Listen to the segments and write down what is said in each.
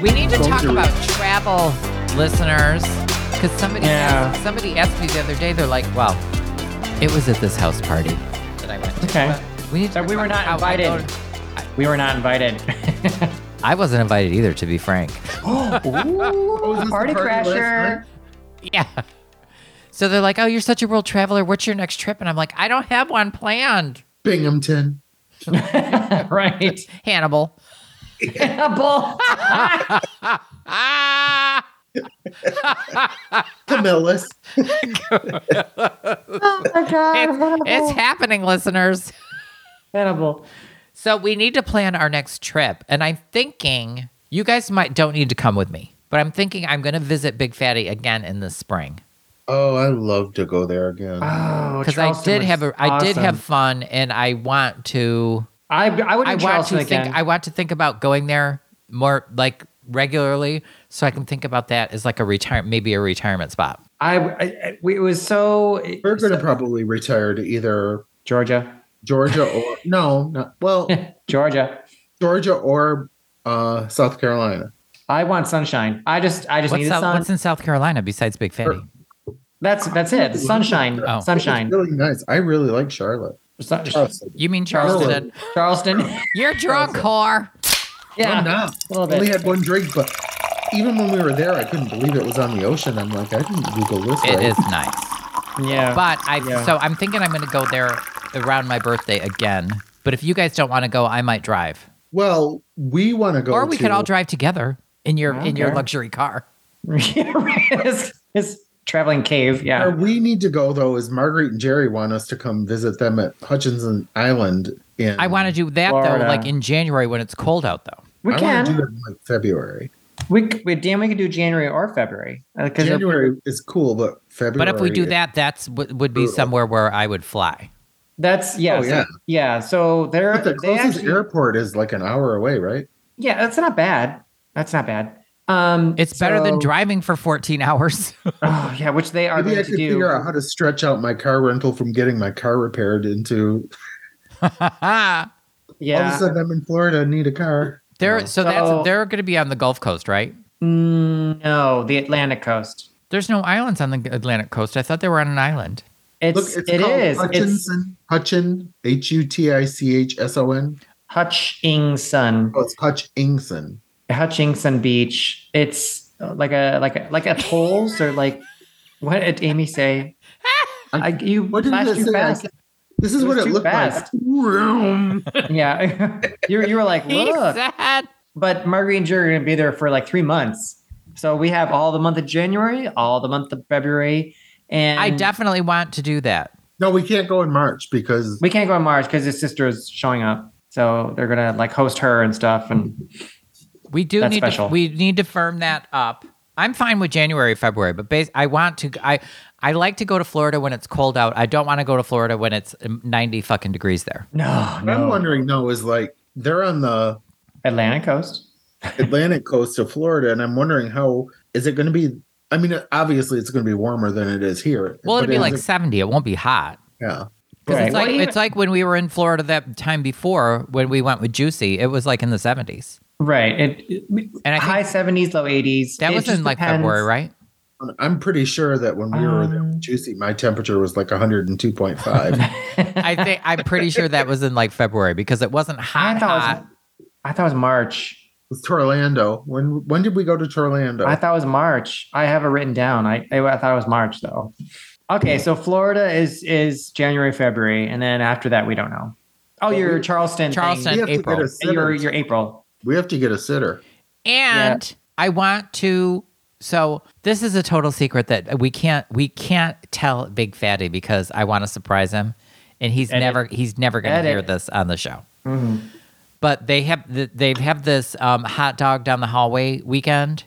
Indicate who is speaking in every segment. Speaker 1: We need to
Speaker 2: Don't
Speaker 1: talk
Speaker 2: do it.
Speaker 1: about travel, listeners, because somebody
Speaker 2: Yeah.
Speaker 1: asked, somebody asked me the other day. They're like, "Well, it was at this house party that I went to."
Speaker 2: Okay.
Speaker 1: We need to
Speaker 2: That
Speaker 1: talk
Speaker 2: we were
Speaker 1: about
Speaker 2: not
Speaker 1: how I
Speaker 2: invited.
Speaker 1: go to-
Speaker 2: We were not invited.
Speaker 1: I wasn't invited either, to be frank.
Speaker 2: Ooh,
Speaker 3: was this, the
Speaker 2: party
Speaker 3: party last
Speaker 2: crasher.
Speaker 3: night?
Speaker 1: yeah. So they're like, "Oh, you're such a world traveler. What's your next trip?" And I'm like, "I don't have one planned,
Speaker 3: Binghamton.
Speaker 2: right.
Speaker 1: Hannibal."
Speaker 2: Bull.
Speaker 1: Ah,
Speaker 3: Ah. Camillus.
Speaker 2: oh my god.
Speaker 1: it's, it's happening, listeners.
Speaker 2: Hannibal.
Speaker 1: So we need to plan our next trip. And I'm thinking you guys might don't need to come with me, but I'm thinking I'm going to visit Big Fatty again in the spring
Speaker 3: Oh, I love to go there again.
Speaker 2: Oh,
Speaker 1: because I did have a I did have fun and I want to
Speaker 2: I I would
Speaker 1: I
Speaker 2: do
Speaker 1: want
Speaker 2: Charleston
Speaker 1: to
Speaker 2: again.
Speaker 1: think I want to think about going there more like regularly so I can think about that as like a retire maybe a retirement spot.
Speaker 2: I, I, I- we, it was so
Speaker 3: We're going to
Speaker 2: so-
Speaker 3: probably retire to either
Speaker 2: Georgia,
Speaker 3: Georgia or no, no, well,
Speaker 2: Georgia.
Speaker 3: Georgia or uh, South Carolina.
Speaker 2: I want sunshine. I just I just
Speaker 1: What's,
Speaker 2: need the
Speaker 1: out-
Speaker 2: sun.
Speaker 1: what's in South Carolina besides Big Fatty?
Speaker 2: That's that's it. Sunshine,
Speaker 1: Oh.
Speaker 2: sunshine,
Speaker 3: It's really nice. I really like Charlotte.
Speaker 2: Sun-
Speaker 3: Charleston.
Speaker 1: You mean
Speaker 2: Charleston,
Speaker 1: Charleston?
Speaker 2: Charleston.
Speaker 1: You're drunk, whore.
Speaker 2: yeah,
Speaker 3: I'm not.
Speaker 2: a little
Speaker 3: Only
Speaker 2: bit.
Speaker 3: had one drink, but even when we were there, I couldn't believe it was on the ocean. I'm like, I didn't Google this.
Speaker 1: It
Speaker 3: right.
Speaker 1: is nice.
Speaker 2: yeah,
Speaker 1: But I
Speaker 2: Yeah.
Speaker 1: so I'm thinking I'm going to go there around my birthday again. But if you guys don't want to go, I might drive.
Speaker 3: Well, we want to go.
Speaker 1: or we
Speaker 3: to,
Speaker 1: could all drive together in your
Speaker 2: I
Speaker 1: in your
Speaker 2: don't care.
Speaker 1: luxury car.
Speaker 2: his, his traveling cave.
Speaker 3: Where
Speaker 2: Yeah,
Speaker 3: we need to go though is Marguerite and Jerry want us to come visit them at Hutchinson Island. In
Speaker 1: I want to do that
Speaker 2: Florida.
Speaker 1: though like in January when it's cold out though.
Speaker 2: we
Speaker 3: I wanna do
Speaker 2: can.
Speaker 3: it in like February.
Speaker 2: We, c- we damn, we could do January or February. Uh, 'cause of-
Speaker 3: January is cool, but February.
Speaker 1: But if we do
Speaker 3: is-
Speaker 1: that that's w- would be
Speaker 3: brutal.
Speaker 1: somewhere where I would fly.
Speaker 2: that's yeah,
Speaker 3: Oh,
Speaker 2: so-
Speaker 3: yeah.
Speaker 2: yeah. So there,
Speaker 3: but the
Speaker 2: they
Speaker 3: closest
Speaker 2: actually,
Speaker 3: airport is like an hour away, right?
Speaker 2: yeah, that's not bad. That's not bad. Um,
Speaker 1: It's better than
Speaker 2: so-
Speaker 1: driving for 14 hours.
Speaker 2: Oh yeah, which they are
Speaker 3: Maybe I
Speaker 2: going
Speaker 3: could
Speaker 2: to do.
Speaker 3: figure out how to stretch out my car rental from getting my car repaired into.
Speaker 1: there
Speaker 3: All of a
Speaker 2: yeah,
Speaker 3: sudden, I'm in Florida and need a car.
Speaker 1: so,
Speaker 2: So-
Speaker 1: that's they're going to be on the Gulf Coast, right?
Speaker 2: Mm, no, the Atlantic coast.
Speaker 1: There's no islands on the Atlantic coast. I thought they were on an island.
Speaker 2: It's, it
Speaker 3: called
Speaker 2: is. It's
Speaker 3: Hutchinson. Hutchin. H u t i c h s o n.
Speaker 2: Hutchinson,
Speaker 3: Oh, it's Hutchinson.
Speaker 2: Hutchinson Beach. It's uh, like a like a like a tolls or like what did Amy say? I, you
Speaker 3: What did
Speaker 2: flashed
Speaker 3: it
Speaker 2: too
Speaker 3: say? I
Speaker 2: fast.
Speaker 3: can't- This is
Speaker 2: It
Speaker 3: what
Speaker 2: was
Speaker 3: it
Speaker 2: too
Speaker 3: looked
Speaker 2: fast.
Speaker 3: like. Vroom.
Speaker 2: Yeah, you you were like
Speaker 1: He
Speaker 2: look,
Speaker 1: said-
Speaker 2: but Marguerite and Jerry are gonna be there for like three months. So we have all the month of January, all the month of February, and
Speaker 1: I definitely want to do that.
Speaker 3: No, we can't go in March because
Speaker 2: we can't go on Mars because his sister is showing up. So they're gonna like host her and stuff. And
Speaker 1: We do
Speaker 2: That's
Speaker 1: need
Speaker 2: special.
Speaker 1: to we need to firm that up. I'm fine with January, February, but bas- I want to I I like to go to Florida when it's cold out. I don't want to go to Florida when it's um, 90 fucking degrees there.
Speaker 2: no,
Speaker 3: what I'm wondering though is like they're on the
Speaker 2: Atlantic coast.
Speaker 3: Atlantic coast of Florida, and I'm wondering how is it going to be. I mean, obviously, it's going to be warmer than it is here.
Speaker 1: Well, it'll
Speaker 3: but
Speaker 1: be
Speaker 3: is
Speaker 1: like
Speaker 3: it-
Speaker 1: 70. It won't be hot.
Speaker 3: yeah,
Speaker 1: Cuz
Speaker 2: Right.
Speaker 1: it's
Speaker 2: Well,
Speaker 1: like
Speaker 2: even-
Speaker 1: it's like when we were in Florida that time before when we went with Juicy, it was like in the 70s.
Speaker 2: Right. It,
Speaker 1: And I think-
Speaker 2: high seventies, low eighties.
Speaker 1: That was in like February, right?
Speaker 3: I'm pretty sure that when we were there,
Speaker 2: Um.
Speaker 3: juicy, my temperature was like 102.5.
Speaker 2: I,
Speaker 1: I think I'm pretty sure that was in like February because it wasn't hot.
Speaker 2: thought it
Speaker 1: hot.
Speaker 2: was, I thought it was March.
Speaker 3: it's Orlando. When when did we go to Orlando?
Speaker 2: I thought it was March. I have it written down. I I, I thought it was March though. Okay, so Florida is is January, February, and then after that we don't know. Oh,
Speaker 3: Well,
Speaker 2: your
Speaker 3: we-
Speaker 2: Charleston. thing.
Speaker 1: Charleston.
Speaker 3: we have to
Speaker 1: April.
Speaker 3: get a
Speaker 2: Your
Speaker 3: sitter.
Speaker 2: your April.
Speaker 3: we have to get a sitter.
Speaker 1: And I want to. So this is a total secret that we can't we can't tell Big Fatty because I want to surprise him, and he's
Speaker 2: Edit.
Speaker 1: never he's never going to
Speaker 2: Edit.
Speaker 1: hear this on the show.
Speaker 2: Mhm.
Speaker 1: But they have th- they've have this um, hot dog down the hallway weekend.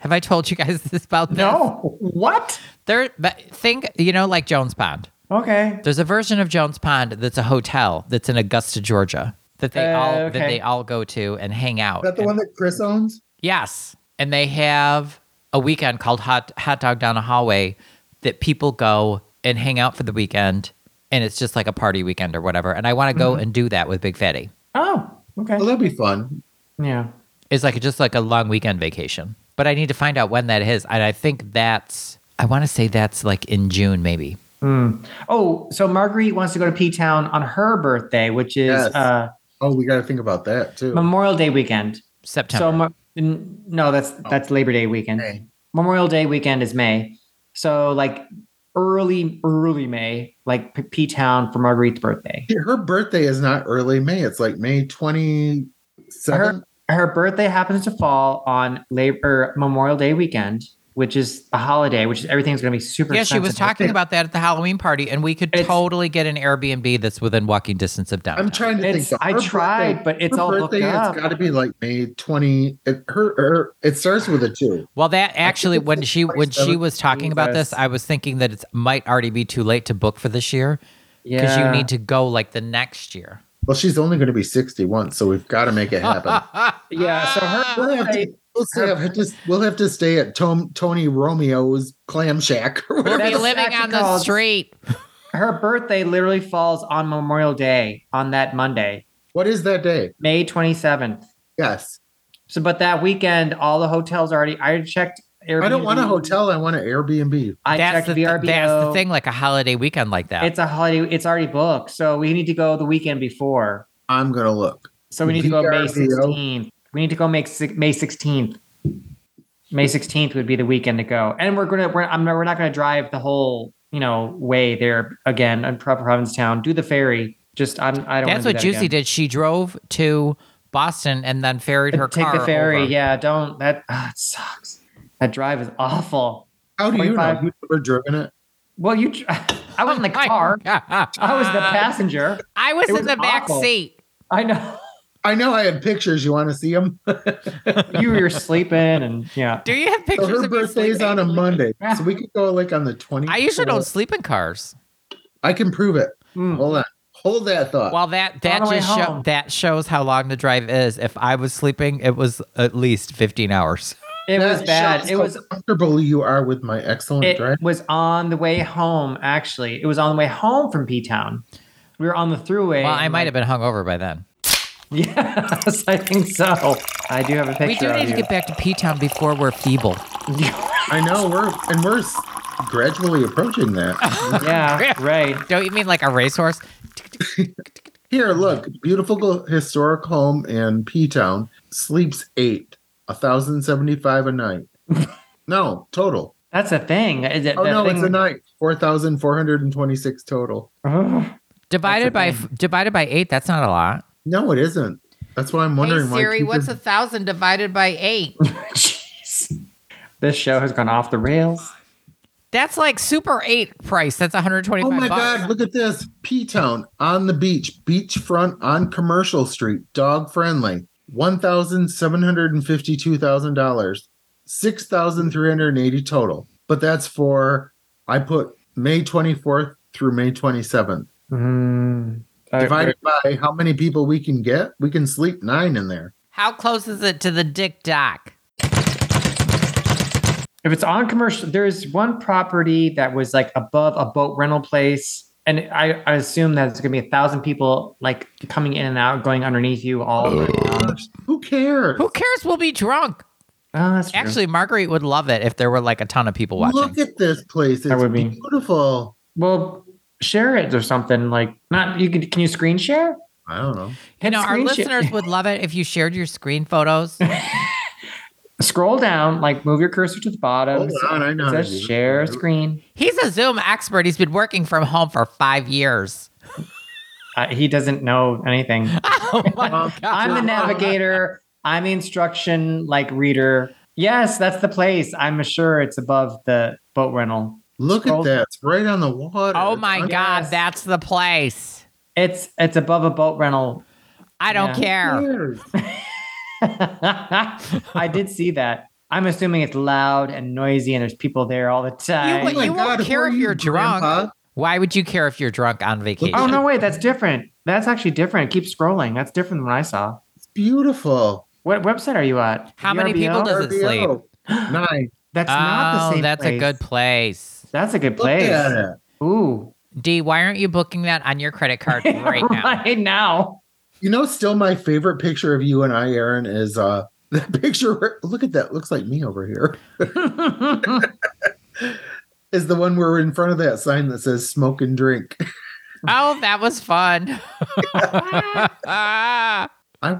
Speaker 1: have I told you guys this about this?
Speaker 2: No. What?
Speaker 1: There, but think you know like Jones Pond.
Speaker 2: Okay.
Speaker 1: There's a version of Jones Pond that's a hotel that's in Augusta, Georgia, that they
Speaker 2: Uh,
Speaker 1: all that
Speaker 2: okay.
Speaker 1: they all go to and hang out.
Speaker 3: Is that the
Speaker 1: and-
Speaker 3: one that Chris owns?
Speaker 1: Yes, and they have a weekend called Hot Hot Dog Down a Hallway that people go and hang out for the weekend, and it's just like a party weekend or whatever. And I want to go and do that with Big Fatty.
Speaker 2: Oh. Okay.
Speaker 3: Well, that'd be fun.
Speaker 2: Yeah.
Speaker 1: is like just like a long weekend vacation. But I need to find out when that is. And I think that's, I want to say that's like in June, maybe.
Speaker 2: Hmm. Oh, so Marguerite wants to go to P Town on her birthday, which is
Speaker 3: Yes.
Speaker 2: uh,
Speaker 3: Oh, we got to think about that too.
Speaker 2: Memorial Day weekend. So
Speaker 1: September.
Speaker 2: Mar- n- no, that's that's Labor Day weekend.
Speaker 3: Oh. Hey,
Speaker 2: Memorial Day weekend is May. So like early early May, like P Town for Marguerite's birthday.
Speaker 3: Her birthday is not early May. It's like May 27th.
Speaker 2: Her birthday happens to fall on Labor Memorial Day weekend, which is a holiday, which is everything's going to be super.
Speaker 1: yeah, she was
Speaker 2: sensitive.
Speaker 1: talking about that at the Halloween party, and we could
Speaker 2: It's-
Speaker 1: totally get an Airbnb that's within walking distance of downtown.
Speaker 3: I'm trying to
Speaker 2: It's,
Speaker 3: think.
Speaker 2: I
Speaker 3: Her
Speaker 2: tried, but it's
Speaker 3: her
Speaker 2: all
Speaker 3: birthday,
Speaker 2: booked up.
Speaker 3: It's got to be like May 20. It, her, her, it starts with a two.
Speaker 1: Well, that actually,
Speaker 3: it's
Speaker 1: when
Speaker 3: the
Speaker 1: she when she
Speaker 3: 27th
Speaker 1: was talking about this,
Speaker 2: Jesus.
Speaker 1: I was thinking that it might already be too late to book for this year because
Speaker 2: yeah.
Speaker 1: you need to go like the next year.
Speaker 3: Well, she's only going to be 61, so we've got to make it happen.
Speaker 2: Yeah, so her
Speaker 1: Ah!
Speaker 3: we'll, have to, we'll,
Speaker 2: her-
Speaker 3: have to, we'll have to stay at Tom, Tony Romeo's clam shack
Speaker 1: We'll
Speaker 3: or whatever.
Speaker 1: be
Speaker 2: That's
Speaker 1: living
Speaker 2: actually
Speaker 1: on the
Speaker 2: called-
Speaker 1: street.
Speaker 2: her birthday literally falls on Memorial Day on that Monday,
Speaker 3: What is that day?
Speaker 2: May 27th.
Speaker 3: Yes.
Speaker 2: So, but that weekend, all the hotels already. I checked. Airbnb.
Speaker 3: I don't want a hotel. I want an Airbnb.
Speaker 2: I
Speaker 1: That's
Speaker 2: checked
Speaker 1: the, th-
Speaker 2: VRBO.
Speaker 1: that's the thing, like a holiday weekend like that.
Speaker 2: It's a holiday. It's already booked, so we need to go the weekend before.
Speaker 3: I'm going to look.
Speaker 2: So we need to go May
Speaker 3: VRBO.
Speaker 2: 16th. We need to go May si- May 16th. May 16th would be the weekend to go, and we're gonna we're I'm, we're not gonna drive the whole you know way there again in Pro- Provincetown. Do the ferry. Just I'm I don't. wanna
Speaker 1: that's
Speaker 2: do
Speaker 1: what
Speaker 2: that
Speaker 1: Juicy
Speaker 2: again.
Speaker 1: did. She drove to Boston and then ferried her
Speaker 2: Take
Speaker 1: car.
Speaker 2: the ferry.
Speaker 1: over.
Speaker 2: Yeah, don't that ah, it sucks. That drive is awful.
Speaker 3: How do you know?
Speaker 2: 25.
Speaker 3: You've never driven it?
Speaker 2: Well, you dr- I was in the
Speaker 1: Oh my
Speaker 2: car.
Speaker 1: God.
Speaker 2: I was the passenger.
Speaker 1: I was
Speaker 2: It
Speaker 1: in
Speaker 2: was
Speaker 1: the back
Speaker 2: awful.
Speaker 1: seat.
Speaker 2: I know
Speaker 3: I know I have pictures. You want to see them?
Speaker 2: you were sleeping and yeah.
Speaker 1: Do you have pictures
Speaker 3: so her
Speaker 1: of me
Speaker 3: birthday is
Speaker 1: sleeping?
Speaker 3: on a Monday, so we could go like on the 20th.
Speaker 1: I usually don't sleep in cars.
Speaker 3: I can prove it.
Speaker 2: Mm.
Speaker 3: Hold on. Hold that thought.
Speaker 1: Well, that
Speaker 2: on
Speaker 1: that
Speaker 2: the way
Speaker 1: just show,
Speaker 2: home.
Speaker 1: that shows how long the drive is. If I was sleeping, it was at least fifteen hours.
Speaker 2: It
Speaker 3: That
Speaker 2: was bad.
Speaker 3: shows
Speaker 2: It
Speaker 3: how
Speaker 2: was
Speaker 3: comfortable you are with my excellent
Speaker 2: it
Speaker 3: drive.
Speaker 2: was on the way home. Actually, it was on the way home from P Town. We were on the thruway.
Speaker 1: Well, I
Speaker 2: and,
Speaker 1: might have
Speaker 2: like-
Speaker 1: been hungover by then.
Speaker 2: Yes, I think so. I do have a picture.
Speaker 1: We do
Speaker 2: of
Speaker 1: need to
Speaker 2: you.
Speaker 1: get back to P Town before we're feeble.
Speaker 3: I know we're and we're s- gradually approaching that.
Speaker 2: yeah, right.
Speaker 1: Don't you mean like a racehorse?
Speaker 3: Here, look, beautiful go- historic home in P Town sleeps eight, thousand seventy-five a night. no total.
Speaker 2: That's a thing. Is it,
Speaker 3: Oh
Speaker 2: that
Speaker 3: no,
Speaker 2: thing-
Speaker 3: it's a night. Four thousand four hundred and twenty-six total.
Speaker 2: Ugh.
Speaker 1: Divided by
Speaker 2: thing.
Speaker 1: divided by eight. That's not a lot.
Speaker 3: No, it isn't. That's why I'm wondering why. people-
Speaker 1: thousand divided by eight?
Speaker 2: Jeez. This show has gone off the rails.
Speaker 1: That's like Super Eight price. That's one hundred twenty-five.
Speaker 3: Oh my
Speaker 1: bucks.
Speaker 3: God, look at this. P Town on the beach, beachfront on Commercial Street, dog friendly, $1,752,000, 6380 total. But that's for, I put May 24th through May 27th.
Speaker 2: Mm. Uh,
Speaker 3: Divided by how many people we can get, we can sleep nine in there.
Speaker 1: How close is it to the Dick Dock?
Speaker 2: If it's on commercial, there's one property that was like above a boat rental place. And I, I assume that it's gonna be a thousand people like coming in and out, going underneath you all the time.
Speaker 3: Who cares?
Speaker 1: Who cares? We'll be drunk.
Speaker 2: Oh, that's true.
Speaker 1: Actually, Marguerite would love it if there were like a ton of people watching.
Speaker 3: Look at this place. It's
Speaker 2: That would be-
Speaker 3: beautiful.
Speaker 2: well, share it or something like not you can can you screen share?
Speaker 3: I don't know.
Speaker 1: You
Speaker 2: Hit
Speaker 1: know, our
Speaker 2: screen share.
Speaker 1: listeners would love it if you shared your screen photos.
Speaker 2: Scroll down, like move your cursor to the bottom.
Speaker 3: Hold on, Oh, I know how
Speaker 2: It
Speaker 3: to
Speaker 2: says
Speaker 3: do this.
Speaker 2: share screen.
Speaker 1: He's a Zoom expert. He's been working from home for five years.
Speaker 2: Uh, he doesn't know anything.
Speaker 1: Oh my
Speaker 3: Um,
Speaker 1: God.
Speaker 2: I'm the navigator. I'm the instruction like reader. Yes, that's the place. I'm sure it's above the boat rental.
Speaker 3: Look
Speaker 2: Scroll-
Speaker 3: at that. It's right on the water.
Speaker 1: oh
Speaker 3: It's
Speaker 1: my
Speaker 3: on-
Speaker 1: God,
Speaker 2: Yes.
Speaker 1: that's the place.
Speaker 2: It's it's above a boat rental.
Speaker 1: I don't
Speaker 2: Yeah.
Speaker 1: care.
Speaker 3: Who cares?
Speaker 2: I did see that. I'm assuming it's loud and noisy and there's people there all the
Speaker 1: You,
Speaker 2: time.
Speaker 1: would-
Speaker 3: my
Speaker 1: you won't
Speaker 3: God, who
Speaker 1: care
Speaker 3: are
Speaker 1: if
Speaker 3: you,
Speaker 1: you're drunk.
Speaker 3: Grandpa?
Speaker 1: Why would you care if you're drunk on vacation?
Speaker 2: oh no, wait, that's different. That's actually different. Keep scrolling. That's different than what I saw.
Speaker 3: It's beautiful.
Speaker 2: What website are you at? E
Speaker 1: How many people
Speaker 2: VRBO?
Speaker 1: does- it
Speaker 3: RBO. Nine.
Speaker 2: That's not the
Speaker 1: Oh,
Speaker 2: same.
Speaker 1: that's a
Speaker 2: place.
Speaker 1: good place.
Speaker 2: That's a good
Speaker 3: Look at
Speaker 2: place.
Speaker 3: it.
Speaker 2: Ooh,
Speaker 1: D, why aren't you booking that on your credit card right now?
Speaker 2: right now.
Speaker 3: You know, still my favorite picture of you and I, Aaron, is uh That picture, look at that. Looks like me over here. Is the one where we're in front of that sign that says smoke and drink.
Speaker 1: Oh, that was fun.
Speaker 3: I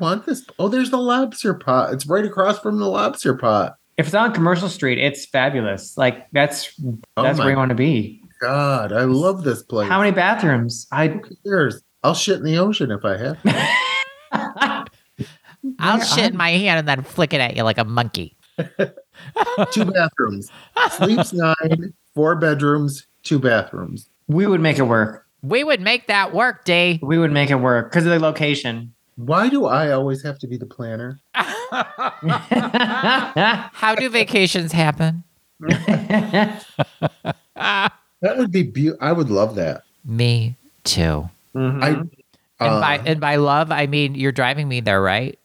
Speaker 3: want this. Oh, there's the lobster pot. It's right across from the lobster pot.
Speaker 2: if it's on Commercial Street, it's fabulous. Like that's
Speaker 3: Oh
Speaker 2: that's where
Speaker 3: my
Speaker 2: you want to be.
Speaker 3: God, I love this place.
Speaker 2: How many bathrooms? I
Speaker 3: Who cares? I'll shit in the ocean if I have. to.
Speaker 1: I'll
Speaker 2: Yeah,
Speaker 1: shit in my hand and then flick it at you like a monkey.
Speaker 3: two bathrooms. Sleeps nine, four bedrooms, two bathrooms.
Speaker 2: we would make it work.
Speaker 1: We would make that work, D.
Speaker 2: We would make it work because of the location.
Speaker 3: Why do I always have to be the planner?
Speaker 1: How do vacations happen?
Speaker 3: That would be beautiful. I would love that.
Speaker 1: Me too.
Speaker 2: Mhm.
Speaker 3: I,
Speaker 1: And
Speaker 3: uh,
Speaker 1: by and by love, I mean you're driving me there, right?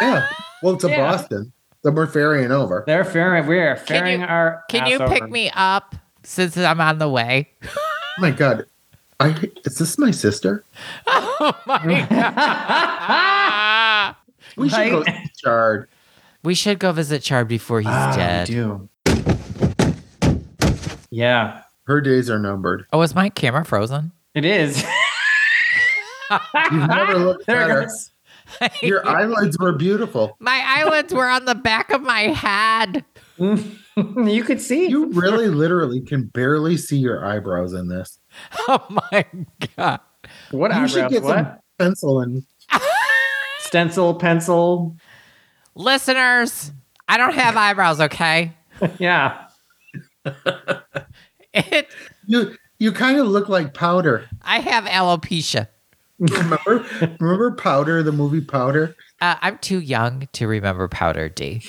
Speaker 3: yeah. Well, to
Speaker 2: Yeah.
Speaker 3: Boston. Then we're ferrying over.
Speaker 2: They're ferrying. We are ferrying
Speaker 1: you-
Speaker 2: our.
Speaker 1: Can
Speaker 2: ass
Speaker 1: you pick
Speaker 2: over.
Speaker 1: me up since I'm on the way?
Speaker 3: Oh my God. I, is this my sister?
Speaker 1: Oh my god.
Speaker 3: We should go
Speaker 2: Right.
Speaker 3: chard.
Speaker 1: We should go visit Chard before he's
Speaker 2: Ah, we
Speaker 1: dead.
Speaker 2: do. Yeah,
Speaker 3: Her days are numbered.
Speaker 1: Oh, is my camera frozen?
Speaker 2: it is.
Speaker 3: You've never looked
Speaker 2: there
Speaker 3: better.
Speaker 2: it goes.
Speaker 3: Your eyelids were beautiful.
Speaker 1: My eyelids were on the back of my head.
Speaker 2: you could see.
Speaker 3: You really literally can barely see your eyebrows in this.
Speaker 1: Oh my god.
Speaker 2: what
Speaker 3: you should
Speaker 2: eyebrows?
Speaker 3: get
Speaker 2: what?
Speaker 3: some pencil and
Speaker 2: Stencil, pencil.
Speaker 1: Listeners, I don't have eyebrows, okay?
Speaker 2: Yeah.
Speaker 1: It
Speaker 3: you you kind of look like powder.
Speaker 1: I have alopecia.
Speaker 3: Remember remember powder, the movie powder?
Speaker 1: Uh, I'm too young to remember Powder D.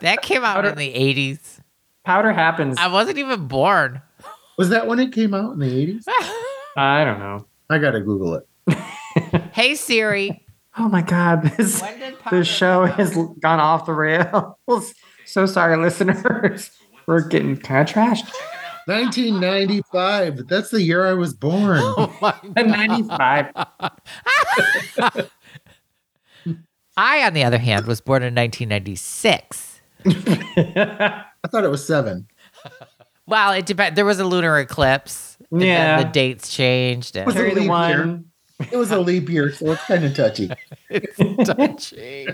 Speaker 1: that came out in the 80s.
Speaker 2: Powder happens.
Speaker 1: I
Speaker 2: I,
Speaker 1: wasn't even born.
Speaker 3: Was that when it came out in the 80s?
Speaker 2: don't know.
Speaker 3: I gotta Google it.
Speaker 1: hey Siri,
Speaker 2: Oh my God. This,
Speaker 1: when did Powder
Speaker 2: this show has gone off the rails. So sorry, listeners. We're getting kind of trashed.
Speaker 3: 1995. That's the year I was born.
Speaker 1: Oh my
Speaker 2: At 95.
Speaker 1: I, on the other hand, was born in 1996.
Speaker 3: I thought it was seven.
Speaker 1: Well, it depends. There was a lunar eclipse. and then
Speaker 2: Yeah.
Speaker 1: the dates changed.
Speaker 3: Was
Speaker 1: And
Speaker 3: it-
Speaker 2: Carry the
Speaker 3: leap year.
Speaker 2: one.
Speaker 3: It was a leap year, so it's kind of touchy.
Speaker 1: it's touchy.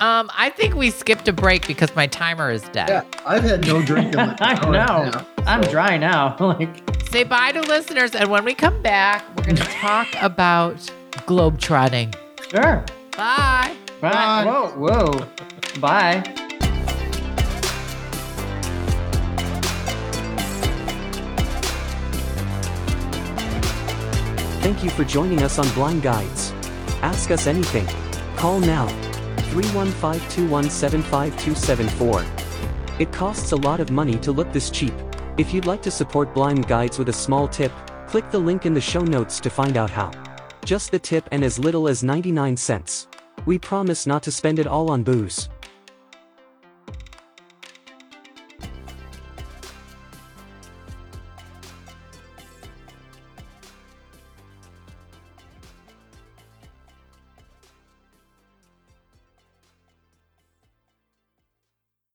Speaker 1: Um, I think we skipped a break because my timer is dead.
Speaker 3: Yeah, I've had no drink in like an
Speaker 2: I
Speaker 3: hour and a
Speaker 2: know.
Speaker 3: half.
Speaker 2: I'm dry now. like,
Speaker 1: Say bye to listeners, and when we come back, we're going to talk about globetrotting.
Speaker 2: sure.
Speaker 1: Bye.
Speaker 2: Bye.
Speaker 3: Bye.
Speaker 2: Whoa, whoa. Bye.
Speaker 4: Thank you for joining us on Blind Guides. Ask us anything. Call now. 315-217-5274. It costs a lot of money to look this cheap. If you'd like to support Blind Guides with a small tip, click the link in the show notes to find out how. Just the tip and as little as 99 cents. We promise not to spend it all on booze.